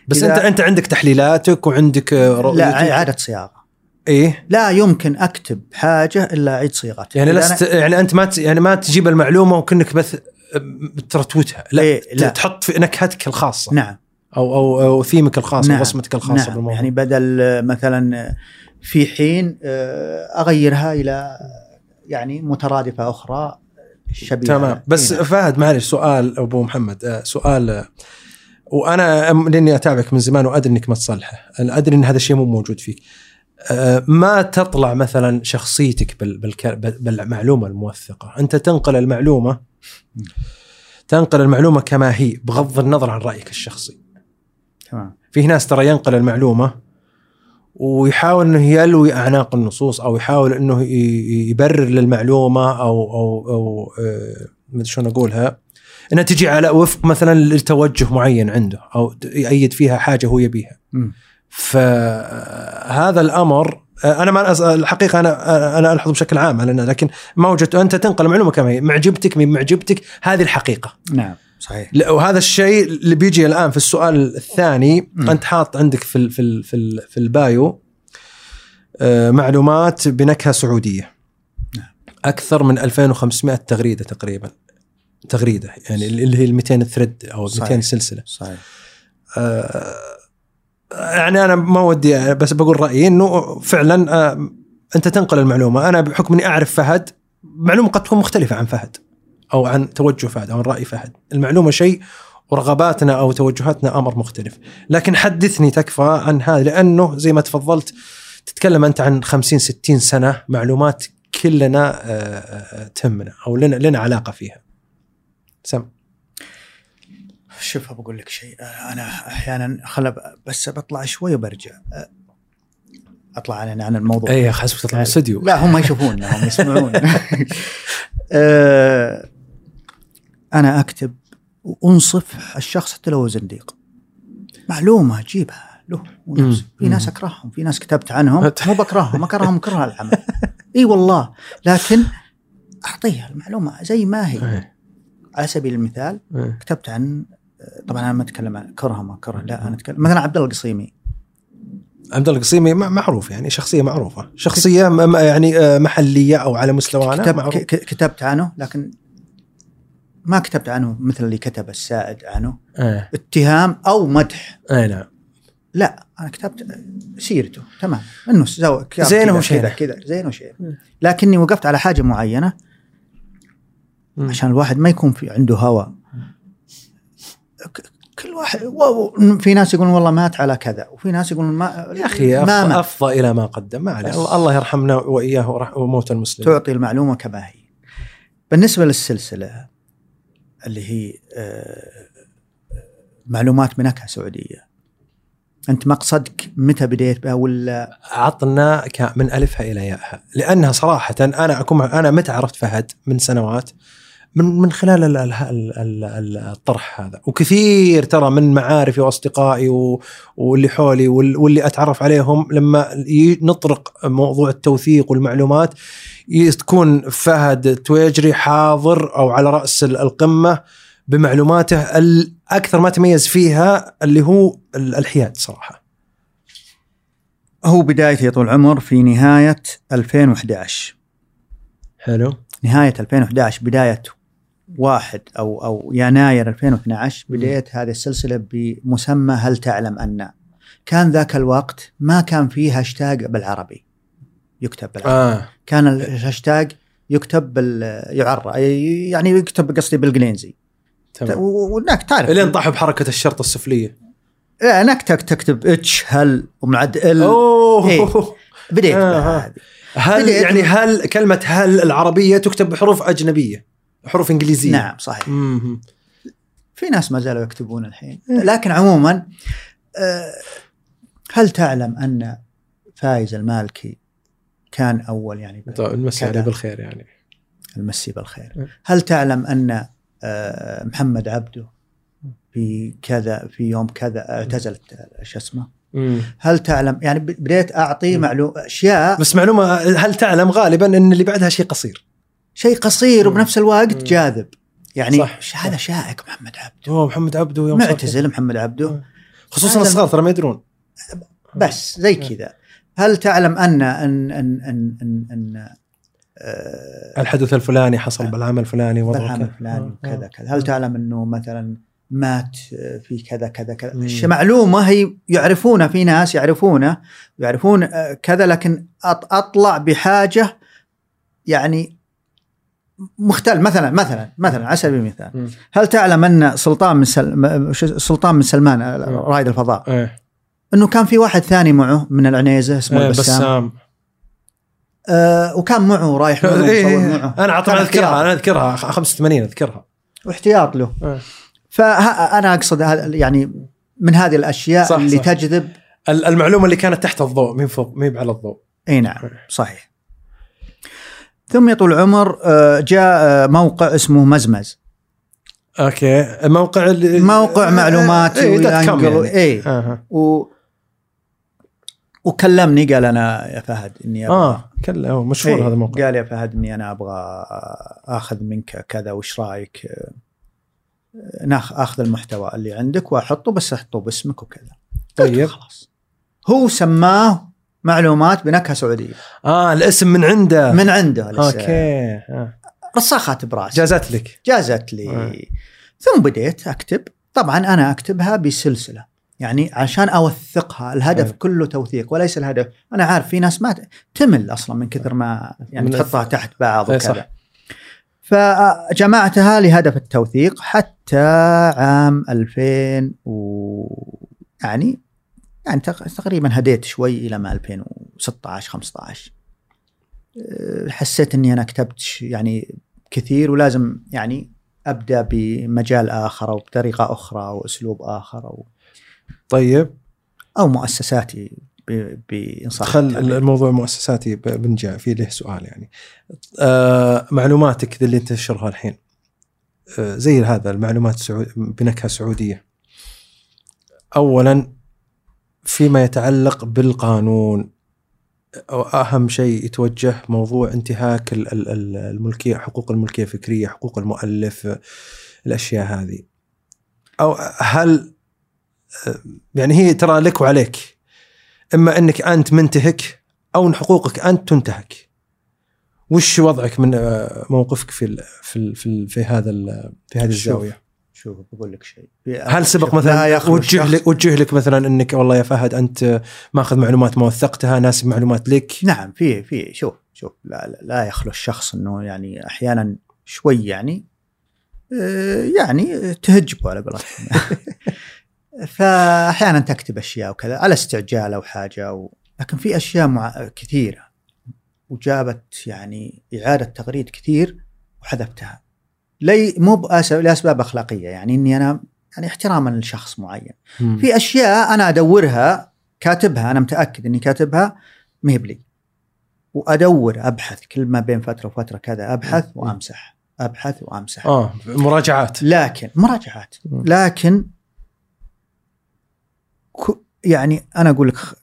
D: بس
C: إذا-
D: انت انت عندك تحليلاتك وعندك آه،
C: لا
D: رؤيتك
C: اعاده صياغه
D: ايه
C: لا يمكن اكتب حاجه الا اعيد صياغتها
D: يعني
C: إذا
D: لست... يعني انت ما ت... يعني ما تجيب المعلومه وكانك بث آه، ترتوتها لا,
C: إيه،
D: لا
C: لا.
D: تحط في نكهتك الخاصه
C: أنا... نعم
D: او او او ثيمك الخاص نعم.
C: نعم
D: رسمتك الخاصه نعم.
C: نعم
D: بالموضوع
C: يعني بدل آه، مثلا آه، في حين آه، اغيرها الى آه، يعني مترادفه اخرى شبيهه
D: تمام بس
C: إيه، نعم.
D: فهد معلش سؤال ابو محمد آه، سؤال آه، وانا أم- لاني اتابعك من زمان وادري انك ما تصلحه أنا ادري ان هذا الشيء مو موجود فيك آه، ما تطلع مثلا شخصيتك بال- بالك- بال- بالمعلومه الموثقه انت تنقل المعلومه تنقل المعلومه كما هي بغض النظر عن رايك الشخصي
C: تمام
D: في ناس ترى ينقل المعلومه ويحاول انه يلوي اعناق النصوص او يحاول انه ي- ي- يبرر للمعلومه او او او آه، مدري شلون اقولها انها تجي على وفق مثلا لتوجه معين عنده او ت- يأيد فيها حاجه هو يبيها
C: مم.
D: فهذا الامر آه، انا ما أس- الحقيقه انا انا الحظ بشكل عام على أنا لكن ما وجدت انت تنقل المعلومه كما هي معجبتك من معجبتك هذه الحقيقه
C: نعم صحيح
D: لا وهذا الشيء اللي بيجي الان في السؤال الثاني
C: مم.
D: انت حاط عندك في ال في ال في, ال في البايو آه، معلومات بنكهه سعوديه
C: نعم.
D: اكثر من 2500 تغريده تقريبا تغريده يعني اللي هي ال 200 ثريد او
C: صحيح.
D: 200 سلسله
C: صحيح
D: آه، يعني انا ما ودي بس بقول رايي انه فعلا آه، انت تنقل المعلومه انا بحكم اني اعرف فهد معلومه قد تكون مختلفه عن فهد او عن توجه فهد او عن راي فهد المعلومه شيء ورغباتنا او توجهاتنا امر مختلف لكن حدثني تكفى عن هذا لانه زي ما تفضلت تتكلم انت عن 50 60 سنه معلومات كلنا آه، آه، آه، تهمنا او لنا لنا علاقه فيها سم
C: شوف بقول لك شيء انا احيانا خل أب- بس بطلع شوي وبرجع أ- اطلع عن عن الموضوع
D: اي حسب تطلع إيه، من الاستديو
C: لا هم ما يشوفون هم يسمعون آه، انا اكتب وانصف الشخص حتى لو هو زنديق معلومه جيبها له ونفسه. في
D: مم.
C: ناس اكرههم في ناس كتبت عنهم مو بكرههم اكرههم كره العمل اي والله لكن اعطيها المعلومه زي ما هي
D: إيه،
C: على سبيل المثال
D: إيه.
C: كتبت عن طبعا انا ما اتكلم عن كره ما كره لا انا اتكلم مثلا عبد الله القصيمي
D: عبد الله القصيمي مع- معروف يعني شخصيه معروفه شخصيه م- م- يعني آه، محليه او على مستوانا
C: كتب
D: معروف
C: ك- كتبت عنه لكن ما كتبت عنه مثل اللي كتب السائد عنه
D: ايه
C: اتهام او مدح
D: ايه نعم
C: لا انا كتبت سيرته تمام انه سو- كتاب
D: زينه
C: كذا-
D: وشينه.
C: كذا كذا زين وشين
D: مم.
C: لكني وقفت على حاجه معينه
D: مم.
C: عشان الواحد ما يكون في عنده هوى ك- كل واحد واو في ناس يقولون والله مات على كذا وفي ناس يقولون ما
D: يا اخي أف-
C: ما مات
D: افضى الى ما قدم ما عليه
C: بس.
D: الله الله يرحمنا واياه ورح- وموت المسلمين
C: تعطي المعلومه كما هي بالنسبه للسلسله اللي هي آه، معلومات بنكهه سعوديه انت مقصدك متى بديت بها ولا
D: عطنا ك- من الفها الى ياءها لانها صراحه انا اكون مع- انا متى عرفت فهد من سنوات من من خلال ال- ال- ال- ال- ال- الطرح هذا وكثير ترى من معارفي واصدقائي و- واللي حولي وال- واللي اتعرف عليهم لما ي- نطرق موضوع التوثيق والمعلومات ي- تكون فهد تويجري حاضر او على راس ال- القمه بمعلوماته الاكثر ما تميز فيها اللي هو ال- الحياد صراحه
C: هو بدايته يا طول العمر في نهايه 2011
D: حلو
C: نهايه 2011 بدايه واحد او او يناير 2012 بديت هذه السلسله بمسمى هل تعلم ان كان ذاك الوقت ما كان فيه هاشتاج بالعربي يكتب بالعربي
D: اه
C: كان الهاشتاج يكتب بال يعر يعني يكتب قصدي بالانجليزي
D: تمام
C: وهناك تعرف
D: الين طاحوا بحركه الشرطه السفليه
C: لا، هناك تك- تكتب اتش هل ومعد ال
D: اوه
C: إيه. بديت
D: آه،
C: بها
D: آه.
C: هذه.
D: هل
C: بدأت-
D: يعني هل كلمه هل العربيه تكتب بحروف اجنبيه حروف انجليزيه
C: نعم صحيح
D: مهم.
C: في ناس ما زالوا يكتبون الحين لكن عموما آه، هل تعلم ان فايز المالكي كان اول يعني ب-
D: طيب نمسي عليه
C: كذا.
D: بالخير يعني
C: المسي بالخير
D: م.
C: هل تعلم ان آه، محمد عبده في كذا في يوم كذا اعتزلت آه، شو اسمه
D: مم.
C: هل تعلم يعني ب- بديت اعطي
D: م.
C: معلوم اشياء
D: بس معلومه هل تعلم غالبا ان اللي بعدها شيء قصير
C: شيء قصير
D: م.
C: وبنفس الوقت
D: م.
C: جاذب يعني
D: صح،
C: ش- هذا شائك محمد عبده
D: اوه محمد عبده يوم صار
C: معتزل محمد عبده
D: م. خصوصا
C: هذا-
D: الصغار ترى ما يدرون
C: بس زي
D: م.
C: كذا هل تعلم ان ان ان ان ان, أن آه،
D: الحدث الفلاني حصل بالعام الفلاني وضعه
C: نعم. بالعام الفلاني
D: كذا. آه، آه.
C: وكذا كذا هل تعلم انه مثلا مات آه، في كذا كذا كذا
D: مم.
C: الشيء معلومه هي يعرفونه في ناس يعرفونه يعرفون آه، كذا لكن أط- اطلع بحاجه يعني مختل مثلا مثلا مثلا على سبيل المثال
D: مم.
C: هل تعلم ان سلطان من سل... م- شو- سلطان من سلمان آه،
D: مم.
C: رائد الفضاء
D: ايه
C: انه كان في واحد ثاني معه من العنيزه اسمه
D: إيه،
C: البسام
D: بسام
C: آه وكان معه رايح معه
D: إيه،
C: ومصور
D: إيه.
C: معه
D: انا عطنا
C: كان
D: اذكرها
C: احتياط.
D: انا اذكرها 85 اذكرها
C: واحتياط له
D: إيه.
C: فأنا أقصد هذا- يعني من هذه الأشياء
D: صح،
C: صح اللي
D: صح.
C: صح. تجذب
D: ال- المعلومه اللي كانت تحت الضوء مين فوق مين على الضوء
C: أي نعم
D: إيه.
C: صحيح ثم يا طول العمر آه، جاء آه، موقع اسمه مزمز
D: اوكي موقع ال-
C: موقع معلومات
D: إيه، دوت كوم
C: والأنجل و-
D: يعني.
C: إيه.
D: اها
C: و... وكلمني قال أنا يا فهد إني أبغى
D: اه كلا هو مشهور
C: إيه،
D: هذا الموقع
C: قال يا فهد اني انا ابغى اخذ منك كذا وش رايك آه، ناخ اخذ المحتوى اللي عندك واحطه بس احطه باسمك وكذا قلت
D: طيب.
C: خلاص هو سماه معلومات بنكهه سعوديه
D: اه الاسم من عنده
C: من عنده لسه
D: اوكي آه.
C: رسخت براسي
D: جازت لك
C: جازت لي
D: آه.
C: ثم بديت اكتب طبعا انا اكتبها بسلسله يعني عشان اوثقها الهدف
D: حلو.
C: كله توثيق وليس الهدف انا عارف في ناس ما ت- تمل اصلا من كثر ما يعني
D: من
C: تحطها تحت بعض
D: إيه، صح.
C: وكذا فجمعتها لهدف التوثيق حتى عام 2000 و يعني يعني تق- تقريبا هديت شوي الى ما 2016 15 أه، حسيت اني انا كتبت ش- يعني كثير ولازم يعني ابدا بمجال اخر او بطريقه اخرى او اسلوب اخر او
D: طيب
C: او مؤسساتي ب- بانصاف
D: خل
C: التعبير.
D: الموضوع مؤسساتي ب- بنجا في له سؤال يعني آه معلوماتك ذي اللي انت تنشرها الحين آه زي هذا المعلومات سعو... بنكهه سعوديه اولا فيما يتعلق بالقانون أو اهم شيء يتوجه موضوع انتهاك ال- ال- ال- الملكيه حقوق الملكيه الفكريه حقوق المؤلف آه، الاشياء هذه او هل آه، يعني هي ترى لك وعليك اما انك انت منتهك او ان حقوقك انت تنتهك وش وضعك من آه، موقفك في ال في ال في, ال في هذا ال- في هذه
C: شوف.
D: الزاويه
C: شوف بقول لك شيء
D: هل سبق
C: شوف، لا
D: مثلا
C: يخلو
D: وجه
C: الشخص-
D: لك وجه لك مثلا انك والله يا فهد انت آه، ماخذ معلومات ما وثقتها ناسب معلومات لك
C: نعم في في شوف شوف لا, لا- لا يخلو الشخص انه يعني احيانا شوي يعني آه، يعني تهجبه على قولتهم فاحيانا تكتب اشياء وكذا على استعجال او حاجه أو لكن في اشياء مع... كثيره وجابت يعني اعاده تغريد كثير وحذفتها لي مو بأس- لاسباب اخلاقيه يعني اني انا يعني احتراما لشخص معين
D: في
C: في اشياء انا ادورها كاتبها انا متاكد اني كاتبها ما هي بلي وادور ابحث كل ما بين فتره وفتره كذا ابحث
D: م.
C: وامسح ابحث وامسح
D: اه مراجعات
C: لكن مراجعات
D: م.
C: لكن كو- يعني انا اقول لك خ-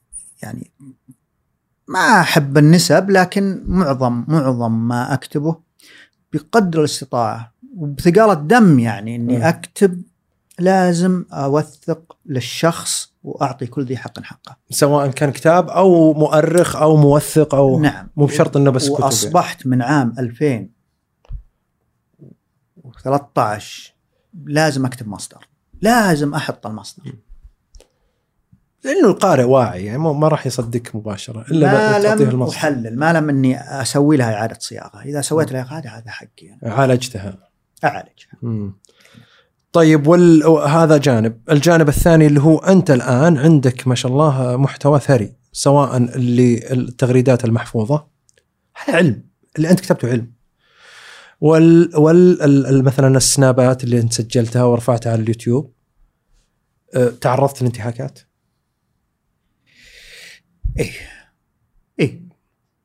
C: يعني ما احب النسب لكن معظم معظم ما اكتبه بقدر الاستطاعه وبثقاله دم يعني
D: م.
C: اني اكتب لازم اوثق للشخص واعطي كل ذي حق حقه
D: سواء كان كتاب او مؤرخ او موثق او
C: نعم
D: مو بشرط انه بس كتب يعني.
C: واصبحت من عام 2013 لازم اكتب مصدر لازم احط المصدر
D: لانه القارئ واعي يعني مو- ما راح يصدقك مباشره الا
C: ما
D: بعد تعطيه
C: لم
D: المصدر
C: احلل ما لم اني اسوي لها اعاده صياغه اذا سويت لها اعاده هذا حقي انا
D: عالجتها
C: اعالجها
D: مم. طيب وال... هذا جانب الجانب الثاني اللي هو انت الان عندك ما شاء الله محتوى ثري سواء اللي التغريدات المحفوظه هذا علم اللي انت كتبته علم وال, وال... ال- ال- مثلا السنابات اللي انت سجلتها ورفعتها على اليوتيوب أه، تعرضت لانتهاكات
C: ايه ايه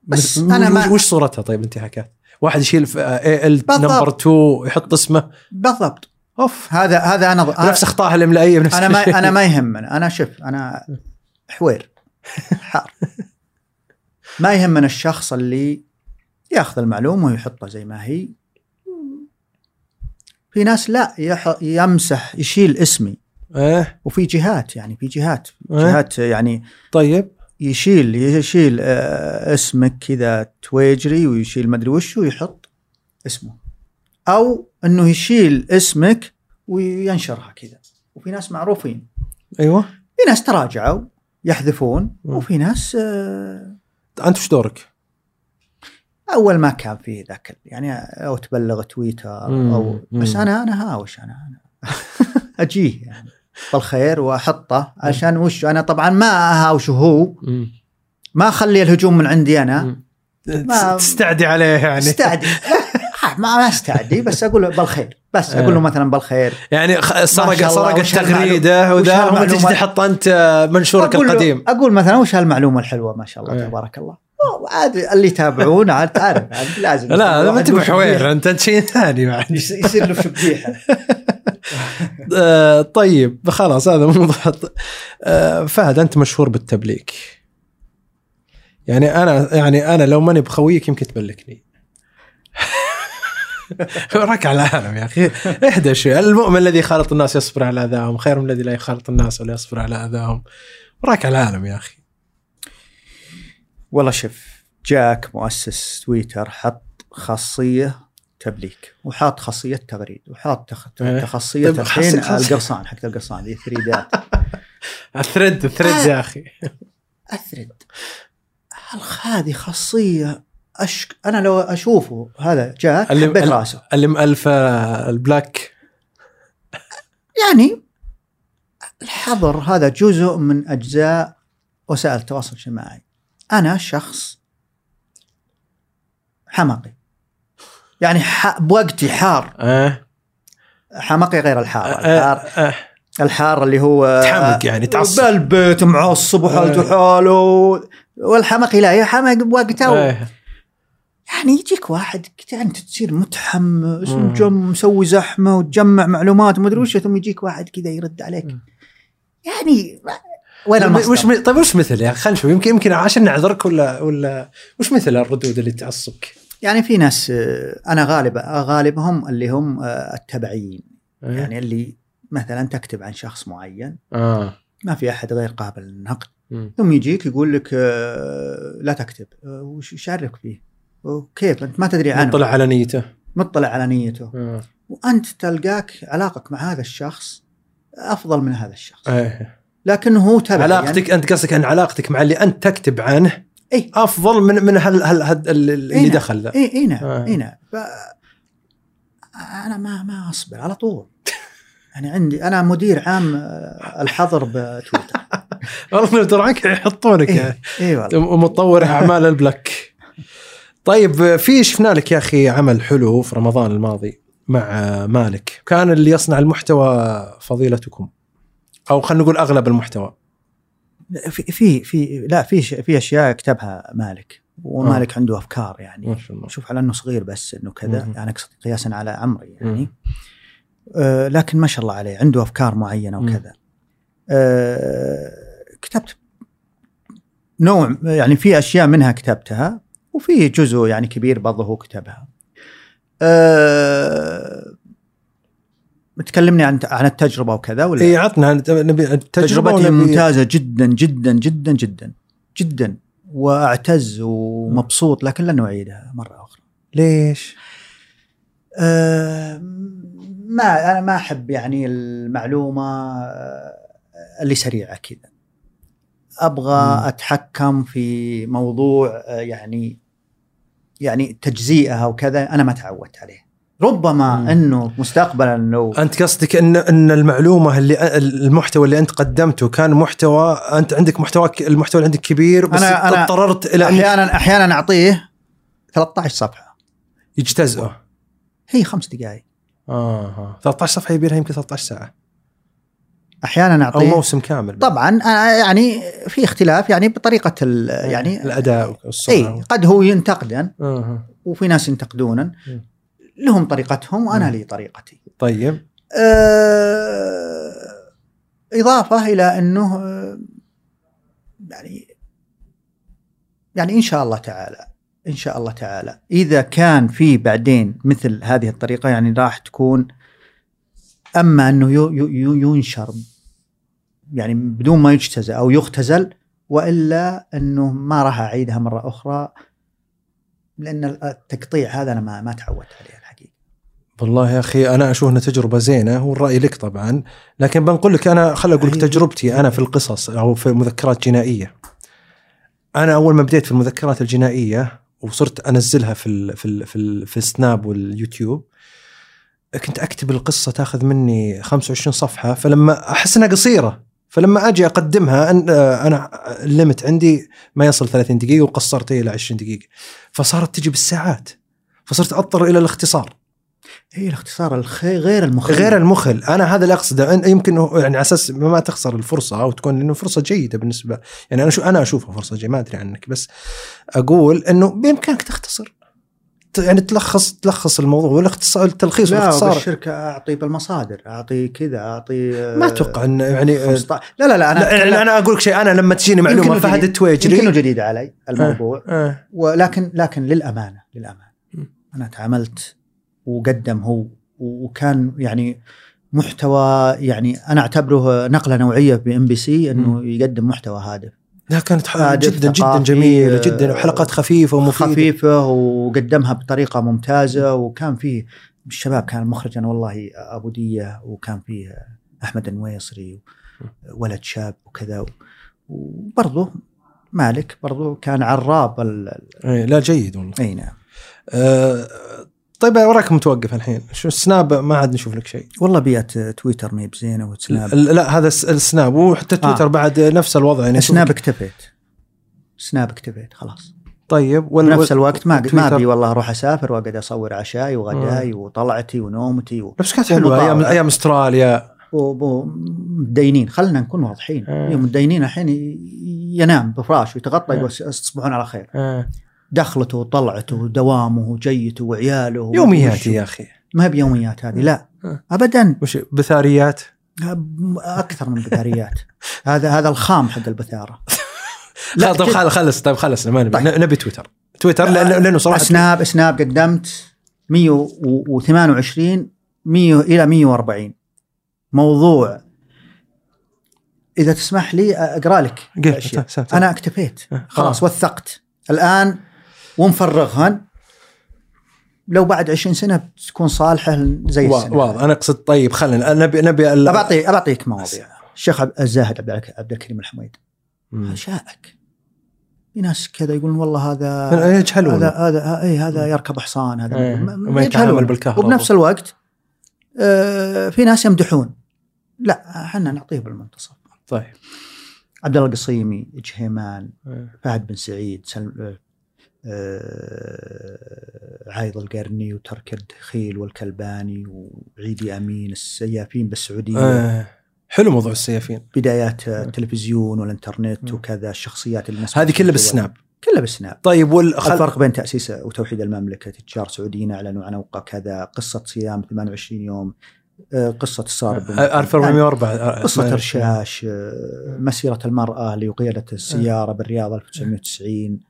C: بس
D: بس
C: أنا
D: انا
C: ما-
D: وش صورتها طيب انتهاكات؟ واحد يشيل في آه، اي ال
C: بالضبط.
D: نمبر 2 يحط اسمه
C: بالضبط
D: اوف
C: هذا هذا انا أنا-
D: نفس اخطائها الاملائيه بنفس
C: انا ما
D: الشيء.
C: انا ما يهمنا انا شف انا حوير حار ما يهمنا الشخص اللي ياخذ المعلومه ويحطها زي ما هي في ناس لا يح- يمسح يشيل اسمي
D: ايه
C: وفي جهات يعني في جهات
D: إيه.
C: جهات يعني
D: طيب
C: يشيل يشيل آه، اسمك كذا تويجري ويشيل مدري وش ويحط اسمه او انه يشيل اسمك وينشرها كذا وفي ناس معروفين
D: ايوه
C: في ناس تراجعوا يحذفون
D: مم.
C: وفي ناس آه،
D: انت وش دورك؟
C: اول ما كان فيه ذاك ال- يعني او تبلغ تويتر
D: مم.
C: او بس
D: مم.
C: انا انا هاوش انا, أنا اجيه يعني بالخير واحطه عشان وش انا طبعا ما اهاوشه هو ما اخلي الهجوم من عندي انا
D: مم.
C: ما-
D: تستعدي عليه يعني
C: استعدي لا، ما ما استعدي بس اقول له بالخير بس اقول
D: إيه.
C: له مثلا بالخير
D: يعني خ-
C: ما
D: سرق
C: شاء الله،
D: سرق
C: وش هالمعلو-
D: التغريده
C: وش
D: وذا وما
C: هالمعلومات؟
D: تجي تحط انت آه، منشورك
C: أقول-
D: القديم
C: اقول مثلا وش هالمعلومه الحلوه ما شاء الله
D: إيه.
C: تبارك الله أوه، عاد اللي يتابعون عاد تعرف عاد لازم
D: لا ما
C: الواحد
D: انت
C: يوش
D: بحوير انت أنت شيء ثاني بعد
C: يس- يصير له شبيحه
D: آه، طيب خلاص هذا موضوع آه، فهد انت مشهور بالتبليك يعني انا يعني انا لو ماني بخويك يمكن تبلكني راك على العالم يا اخي اهدى شوي المؤمن الذي يخالط الناس يصبر على اذاهم خير من الذي لا يخالط الناس ولا يصبر على اذاهم راك على العالم يا اخي
C: والله شوف جاك مؤسس تويتر حط خاصيه تبليك وحاط خاصيه تغريد وحاط تخ...
D: إيه.
C: خاصيه
D: طيب،
C: الحين
D: خاصية- خاصية.
C: القرصان حق القرصان ذي ثريدات
D: الثريد الثريد يا اخي
C: اثرد هل هذه خاصيه أشك... انا لو اشوفه هذا جاك
D: اللي-
C: حبيت
D: اللي-
C: راسه
D: اللي مألفه البلاك
C: يعني الحظر هذا جزء من اجزاء وسائل التواصل الاجتماعي انا شخص حمقي يعني ح... بوقتي حار
D: اه
C: حمقي غير الحار
D: آه،
C: الحار,
D: آه.
C: الحار اللي هو
D: تحمق يعني، تعصب.
C: بالبيت معصب وحالته حاله والحمقي لا يحمق بوقته
D: آه.
C: يعني يجيك واحد كده انت تصير متحمس
D: مم.
C: ومجم مسوي زحمه وتجمع معلومات ومدري وش ثم يجيك واحد كذا يرد عليك
D: مم.
C: يعني ما- وين المصدر؟
D: وش م- طيب وش مثل يا اخي خلينا نشوف يمكن يمكن عشان نعذرك ولا ولا وش مثل الردود اللي تعصبك؟
C: يعني في ناس آه، انا غالب غالبهم اللي هم آه، التبعيين
D: إيه؟
C: يعني اللي مثلا تكتب عن شخص معين
D: اه
C: ما في احد غير قابل للنقد
D: مم.
C: ثم يجيك يقول لك آه، لا تكتب آه، وش يشارك فيه وكيف انت ما تدري عنه
D: طلع على نيته
C: مطلع على نيته
D: آه.
C: وانت تلقاك علاقتك مع هذا الشخص افضل من هذا الشخص
D: إيه.
C: لكنه هو تبع يعني
D: علاقتك انت قصدك ان علاقتك مع اللي انت تكتب عنه
C: إيه.
D: افضل من من هال هال هال اللي
C: إيه.
D: دخل ذا
C: يعني اي اي نعم
D: آه.
C: اي نعم ف انا ما ما اصبر على طول يعني عندي انا مدير عام آه، الحظر بتويتر
D: والله من درعك يحطونك يعني
C: اي إي والله
D: مطور اعمال البلاك طيب في شفنا لك يا اخي عمل حلو في رمضان الماضي مع مالك كان اللي يصنع المحتوى فضيلتكم او خلينا نقول اغلب المحتوى
C: في في في لا في ش- في اشياء كتبها مالك ومالك
D: آه.
C: عنده افكار يعني
D: ما شاء الله
C: شوف على انه صغير بس انه كذا
D: مهم.
C: يعني اقصد قياسا على عمري يعني
D: مم.
C: آه لكن ما شاء الله عليه عنده افكار معينه
D: مم.
C: وكذا آه كتبت نوع يعني في اشياء منها كتبتها وفي جزء يعني كبير برضه هو كتبها آه تكلمني عن عن التجربه وكذا ولا
D: اي عطنا عن- يعني نبي التجربه
C: تجربتي
D: ونبي-
C: ممتازة جدا جدا جدا جدا جدا واعتز ومبسوط لكن لن اعيدها مرة اخرى.
D: ليش؟
C: أه ما انا ما احب يعني المعلومة آه، اللي سريعة كذا. ابغى
D: مم.
C: اتحكم في موضوع آه، يعني يعني تجزئها وكذا انا ما تعودت عليه. ربما
D: مم.
C: انه مستقبلا لو
D: انت قصدك ان ان المعلومه اللي المحتوى اللي انت قدمته كان محتوى انت عندك محتوى المحتوى اللي عندك كبير بس
C: أنا- أنا-
D: اضطررت الى انك
C: احيانا احيانا اعطيه 13 صفحة
D: يجتزئه
C: هي خمس دقائق
D: اه 13 صفحه يبيلها يمكن 13 ساعه
C: احيانا
D: او
C: اعطيه
D: موسم كامل
C: طبعا أنا يعني في اختلاف يعني بطريقه ال-
D: إيه،
C: يعني إيه.
D: الاداء والسرعه
C: اي قد هو ينتقدا
D: اها
C: وفي ناس ينتقدونا
D: مم.
C: لهم طريقتهم وانا
D: مم.
C: لي طريقتي
D: طيب
C: آه، اضافه الى انه آه، يعني يعني ان شاء الله تعالى ان شاء الله تعالى اذا كان في بعدين مثل هذه الطريقه يعني راح تكون اما انه يو- يو- يو- ينشر يعني بدون ما يجتزى او يختزل والا انه ما راح اعيدها مره اخرى لان التقطيع هذا انا ما ما تعودت عليه الحقيقه
D: والله يا اخي انا اشوف انها تجربه زينه والراي لك طبعا لكن بنقول لك انا خل اقول لك
C: أيوة.
D: تجربتي انا في القصص او في مذكرات جنائيه انا اول ما بديت في المذكرات الجنائيه وصرت انزلها في ال في ال في, ال في السناب واليوتيوب كنت اكتب القصه تاخذ مني 25 صفحه فلما احس انها قصيره فلما اجي اقدمها أن- آه، انا الليمت عندي ما يصل 30 دقيقه وقصرت الى 20 دقيقه فصارت تجي بالساعات فصرت اضطر الى الاختصار
C: هي الاختصار الخي غير المخيف
D: غير المخل انا هذا اللي اقصده أن- يمكن هو- يعني على اساس ما تخسر الفرصه او تكون انه فرصه جيده بالنسبه يعني انا شو انا اشوفها فرصه جيده ما ادري عنك بس اقول انه بامكانك تختصر ت- يعني تلخص تلخص الموضوع والاختصار التلخيص
C: لا
D: والاختصار
C: بالشركه اعطي بالمصادر اعطي كذا اعطي آه،
D: ما اتوقع انه يعني آه،
C: 15 لا لا لا انا
D: لا يعني انا اقول لك شيء انا لما تجيني معلومه
C: يمكن
D: فهد
C: جديد.
D: التويجري
C: يمكنه جديد علي الموضوع
D: آه.
C: ولكن لكن للامانه للامانه
D: م.
C: انا تعاملت وقدم هو وكان يعني محتوى يعني انا اعتبره نقله نوعيه بام بي سي انه يقدم محتوى هادف
D: لا كانت ح-
C: هادف،
D: جدا جدا
C: ثقافي،
D: جميله
C: آه،
D: جدا وحلقات خفيفه ومفيده
C: خفيفه وقدمها بطريقه ممتازه وكان فيه الشباب كان مخرجا والله ابو ديه وكان فيه احمد النويصري ولد شاب وكذا وبرضه مالك برضه كان عراب ال- ال-
D: إيه، لا جيد والله
C: اي نعم
D: آه، طيب وراك متوقف الحين شو السناب ما عاد نشوف لك شيء
C: والله بيئه تويتر ما هي بزينه وسناب
D: لا لا، هذا الس- السناب وحتى تويتر آه.
C: آه.
D: بعد نفس الوضع يعني
C: سناب
D: أشوفك-
C: اكتفيت سناب اكتفيت خلاص
D: طيب ولا
C: بنفس الوقت ما ما
D: تويتر.
C: ابي والله اروح اسافر واقعد اصور عشاي وغداي وطلعتي ونومتي و...
D: بس كانت حلوه
C: ومطاوع.
D: ايام ايام استراليا
C: ومتدينين خلينا نكون واضحين
D: آه.
C: اليوم متدينين الحين ي- ينام بفراش ويتغطى يقول س- تصبحون على خير
D: آه.
C: دخلته وطلعته ودوامه وجيته وعياله وشو-
D: يومياتي يا اخي
C: ما بيوميات هذه لا
D: يعني. آه.
C: ابدا
D: وش بثاريات
C: أب- اكثر من بثاريات هذا هذا الخام حق البثاره
D: لا طب
C: كيف-
D: خل- خلص طيب خلص ما نبي
C: طيب.
D: ن- نبي تويتر تويتر لانه
C: آه،
D: لانه صراحه
C: سناب سناب قدمت 128 100 الى 140 موضوع اذا تسمح لي اقرا لك
D: قل.
C: الأشياء.
D: سام- سام.
C: انا اكتفيت
D: آه.
C: خلاص وثقت الان ونفرغهن لو بعد 20 سنه تكون صالحه زي
D: وا-
C: السنه
D: واضح انا قصد طيب خلنا أنا نبي نبي ال-
C: بعطيك بعطيك مواضيع الشيخ عب- الزاهد عبد الك- عبد الكريم الحميد
D: مم.
C: شائك في ناس كذا يقولون والله هذا
D: يجهلون
C: آه، هذا هذا اي هذا يركب حصان هذا
D: إيه،
C: ما-
D: وما يتعامل
C: يجهلون.
D: بالكهرباء.
C: وبنفس الوقت آه، في ناس يمدحون لا احنا نعطيه بالمنتصف
D: طيب
C: عبد الله القصيمي جهيمان
D: آه.
C: فهد بن سعيد سلم آه، عايض القرني وترك الدخيل والكلباني وعيدي امين السيافين بالسعوديه
D: آه. حلو موضوع السيافين
C: بدايات التلفزيون والانترنت
D: مم.
C: وكذا الشخصيات المسموعة
D: إيه. هذه كلها بالسناب
C: كلها بالسناب
D: طيب وال خل...
C: الفرق بين تاسيس وتوحيد المملكه تجار سعوديين اعلنوا عن اوقات كذا قصه صيام 28 يوم آه، قصه الصارب بن-
D: 1404 آه،
C: يعني قصة
D: ما-
C: رشاش آه، مسيرة المرأة لقيادة
D: أه.
C: السيارة بالرياض 1990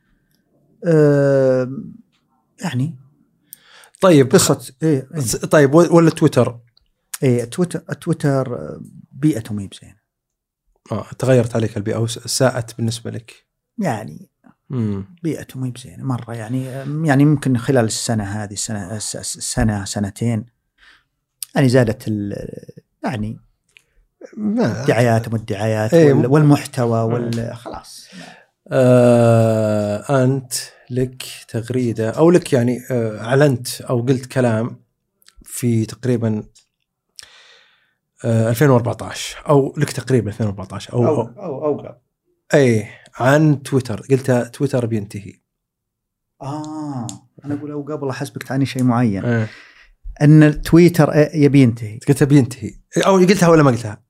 C: آه، يعني
D: طيب
C: قصة إيه إيه.
D: س- طيب و- ولا تويتر
C: إيه تويتر تويتر آه، بيئته مو بزينة
D: آه تغيرت عليك البيئه او س- ساءت بالنسبه لك
C: يعني
D: امم
C: بيئته مو بزينة مرة يعني آه، يعني ممكن خلال السنة هذه السنة الس- الس- سنة سنتين يعني زادت ال- يعني
D: ما
C: الدعايات والدعايات
D: إيه.
C: وال- والمحتوى وال خلاص
D: آه انت لك تغريده او لك يعني آه اعلنت او قلت كلام في تقريبا آه 2014 او لك تقريبا 2014 او, أو, أو
C: أو أو
D: اي عن تويتر قلت تويتر بينتهي
C: اه انا اقول او قبل احسبك تعني شيء معين
D: آه.
C: ان التويتر إيه، يبي ينتهي
D: قلت بينتهي او قلتها ولا ما قلتها؟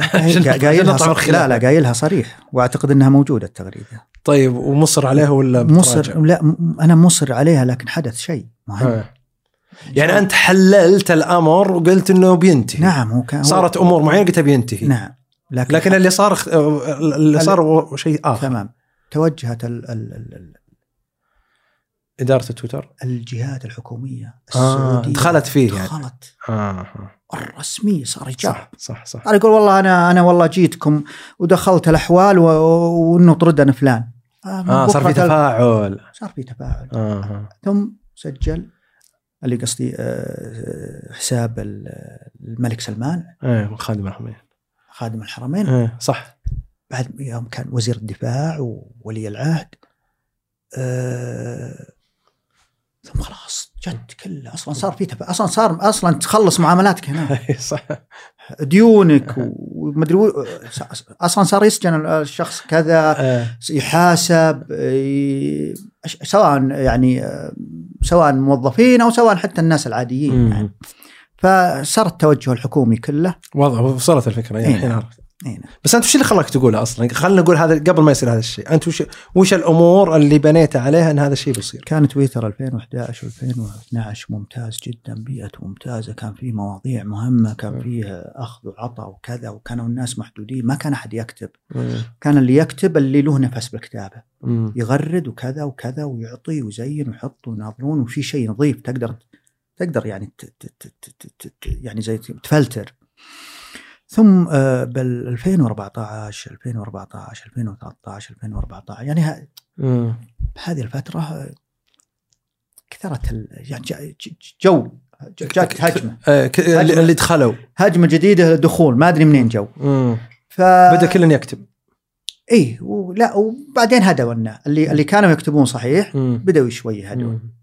D: عشان-
C: قا-
D: عشان
C: قايلها
D: نطلع
C: ص- لا
D: بالخلاف.
C: لا قايلها صريح واعتقد انها موجوده التغريده
D: طيب ومصر عليها ولا بتراجع؟
C: مصر لا م- انا مصر عليها لكن حدث شيء مهم
D: آه. يعني انت حللت الامر وقلت انه بينتهي
C: نعم هو كان هو-
D: صارت امور معينه قلت بينتهي
C: نعم لكن,
D: لكن آه. اللي صار اللي صار هو شيء اخر
C: تمام توجهت ال ال ال ال
D: اداره تويتر
C: الجهات الحكوميه
D: آه،
C: السعوديه
D: دخلت فيه يعني.
C: دخلت
D: اه
C: الرسمي صار يجاه
D: صح صح صح
C: انا يقول والله انا انا والله جيتكم ودخلت الاحوال و- وانه طردنا فلان آه،
D: اه صار في
C: بكرة
D: تفاعل
C: صار في تفاعل
D: اه
C: ثم سجل اللي قصدي آه، حساب ال- الملك سلمان
D: ايه خادم الحرمين
C: إيه. خادم الحرمين
D: ايه صح
C: بعد يوم كان وزير الدفاع وولي العهد آه، ثم خلاص جد كل اصلا صار في تفاعل اصلا صار اصلا تخلص معاملاتك هنا
D: إيه، صح
C: ديونك ومدري و- اصلا صار يسجن الشخص كذا
D: آه.
C: يحاسب ي- سواء يعني آه، سواء موظفين او سواء حتى الناس العاديين يعني
D: مم.
C: فصار التوجه الحكومي كله
D: واضح وصلت الفكره يعني
C: إيه.
D: الحين عرفت
C: إيه نعم.
D: بس انت وش اللي خلاك تقوله اصلا؟ خلينا نقول هذا قبل ما يصير هذا الشيء، انت وش وش الامور اللي بنيت عليها ان هذا الشيء بيصير؟
C: كان تويتر 2011 و2012 ممتاز جدا بيئته ممتازه كان فيه مواضيع مهمه كان فيه اخذ وعطاء وكذا وكانوا الناس محدودين ما كان احد يكتب كان اللي يكتب اللي له نفس بالكتابه
D: مم.
C: يغرد وكذا وكذا ويعطي ويزين ويحط ويناظرون وفي شيء نظيف تقدر تقدر يعني ت ت ت ت ت ت ت- يعني زي ت- تفلتر ثم آه، بال 2014 2014 2013 2014 يعني ه-
D: مم.
C: بهذه الفتره آه، كثرت ال- يعني جا- ج- ج- جو ج- جاك هجمه
D: آه، ك- اللي اللي دخلوا
C: هجمه جديده دخول ما ادري منين جو
D: مم.
C: ف
D: بدا كل يكتب
C: اي ولا وبعدين هدونا اللي اللي كانوا يكتبون صحيح
D: مم.
C: بدأوا شوي هدون
D: مم.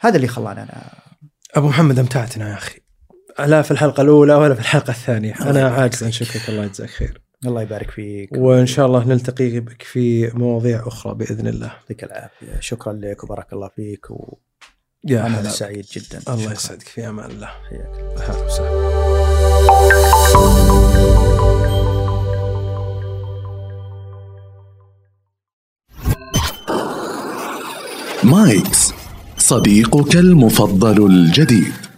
C: هذا اللي خلاني انا
D: ابو محمد امتعتنا يا اخي لا في الحلقه الاولى ولا في الحلقه الثانيه، انا عاجز عن شكرك الله يجزاك خير،
C: الله يبارك فيك
D: وان شاء الله نلتقي بك في مواضيع اخرى باذن الله.
C: يعطيك العافيه شكرا لك وبارك الله فيك وانا
D: يا هلا
C: سعيد جدا
D: الله
C: شكراً.
D: يسعدك في امان الله،
C: حياك
D: اهلا وسهلا.
A: مايكس صديقك المفضل الجديد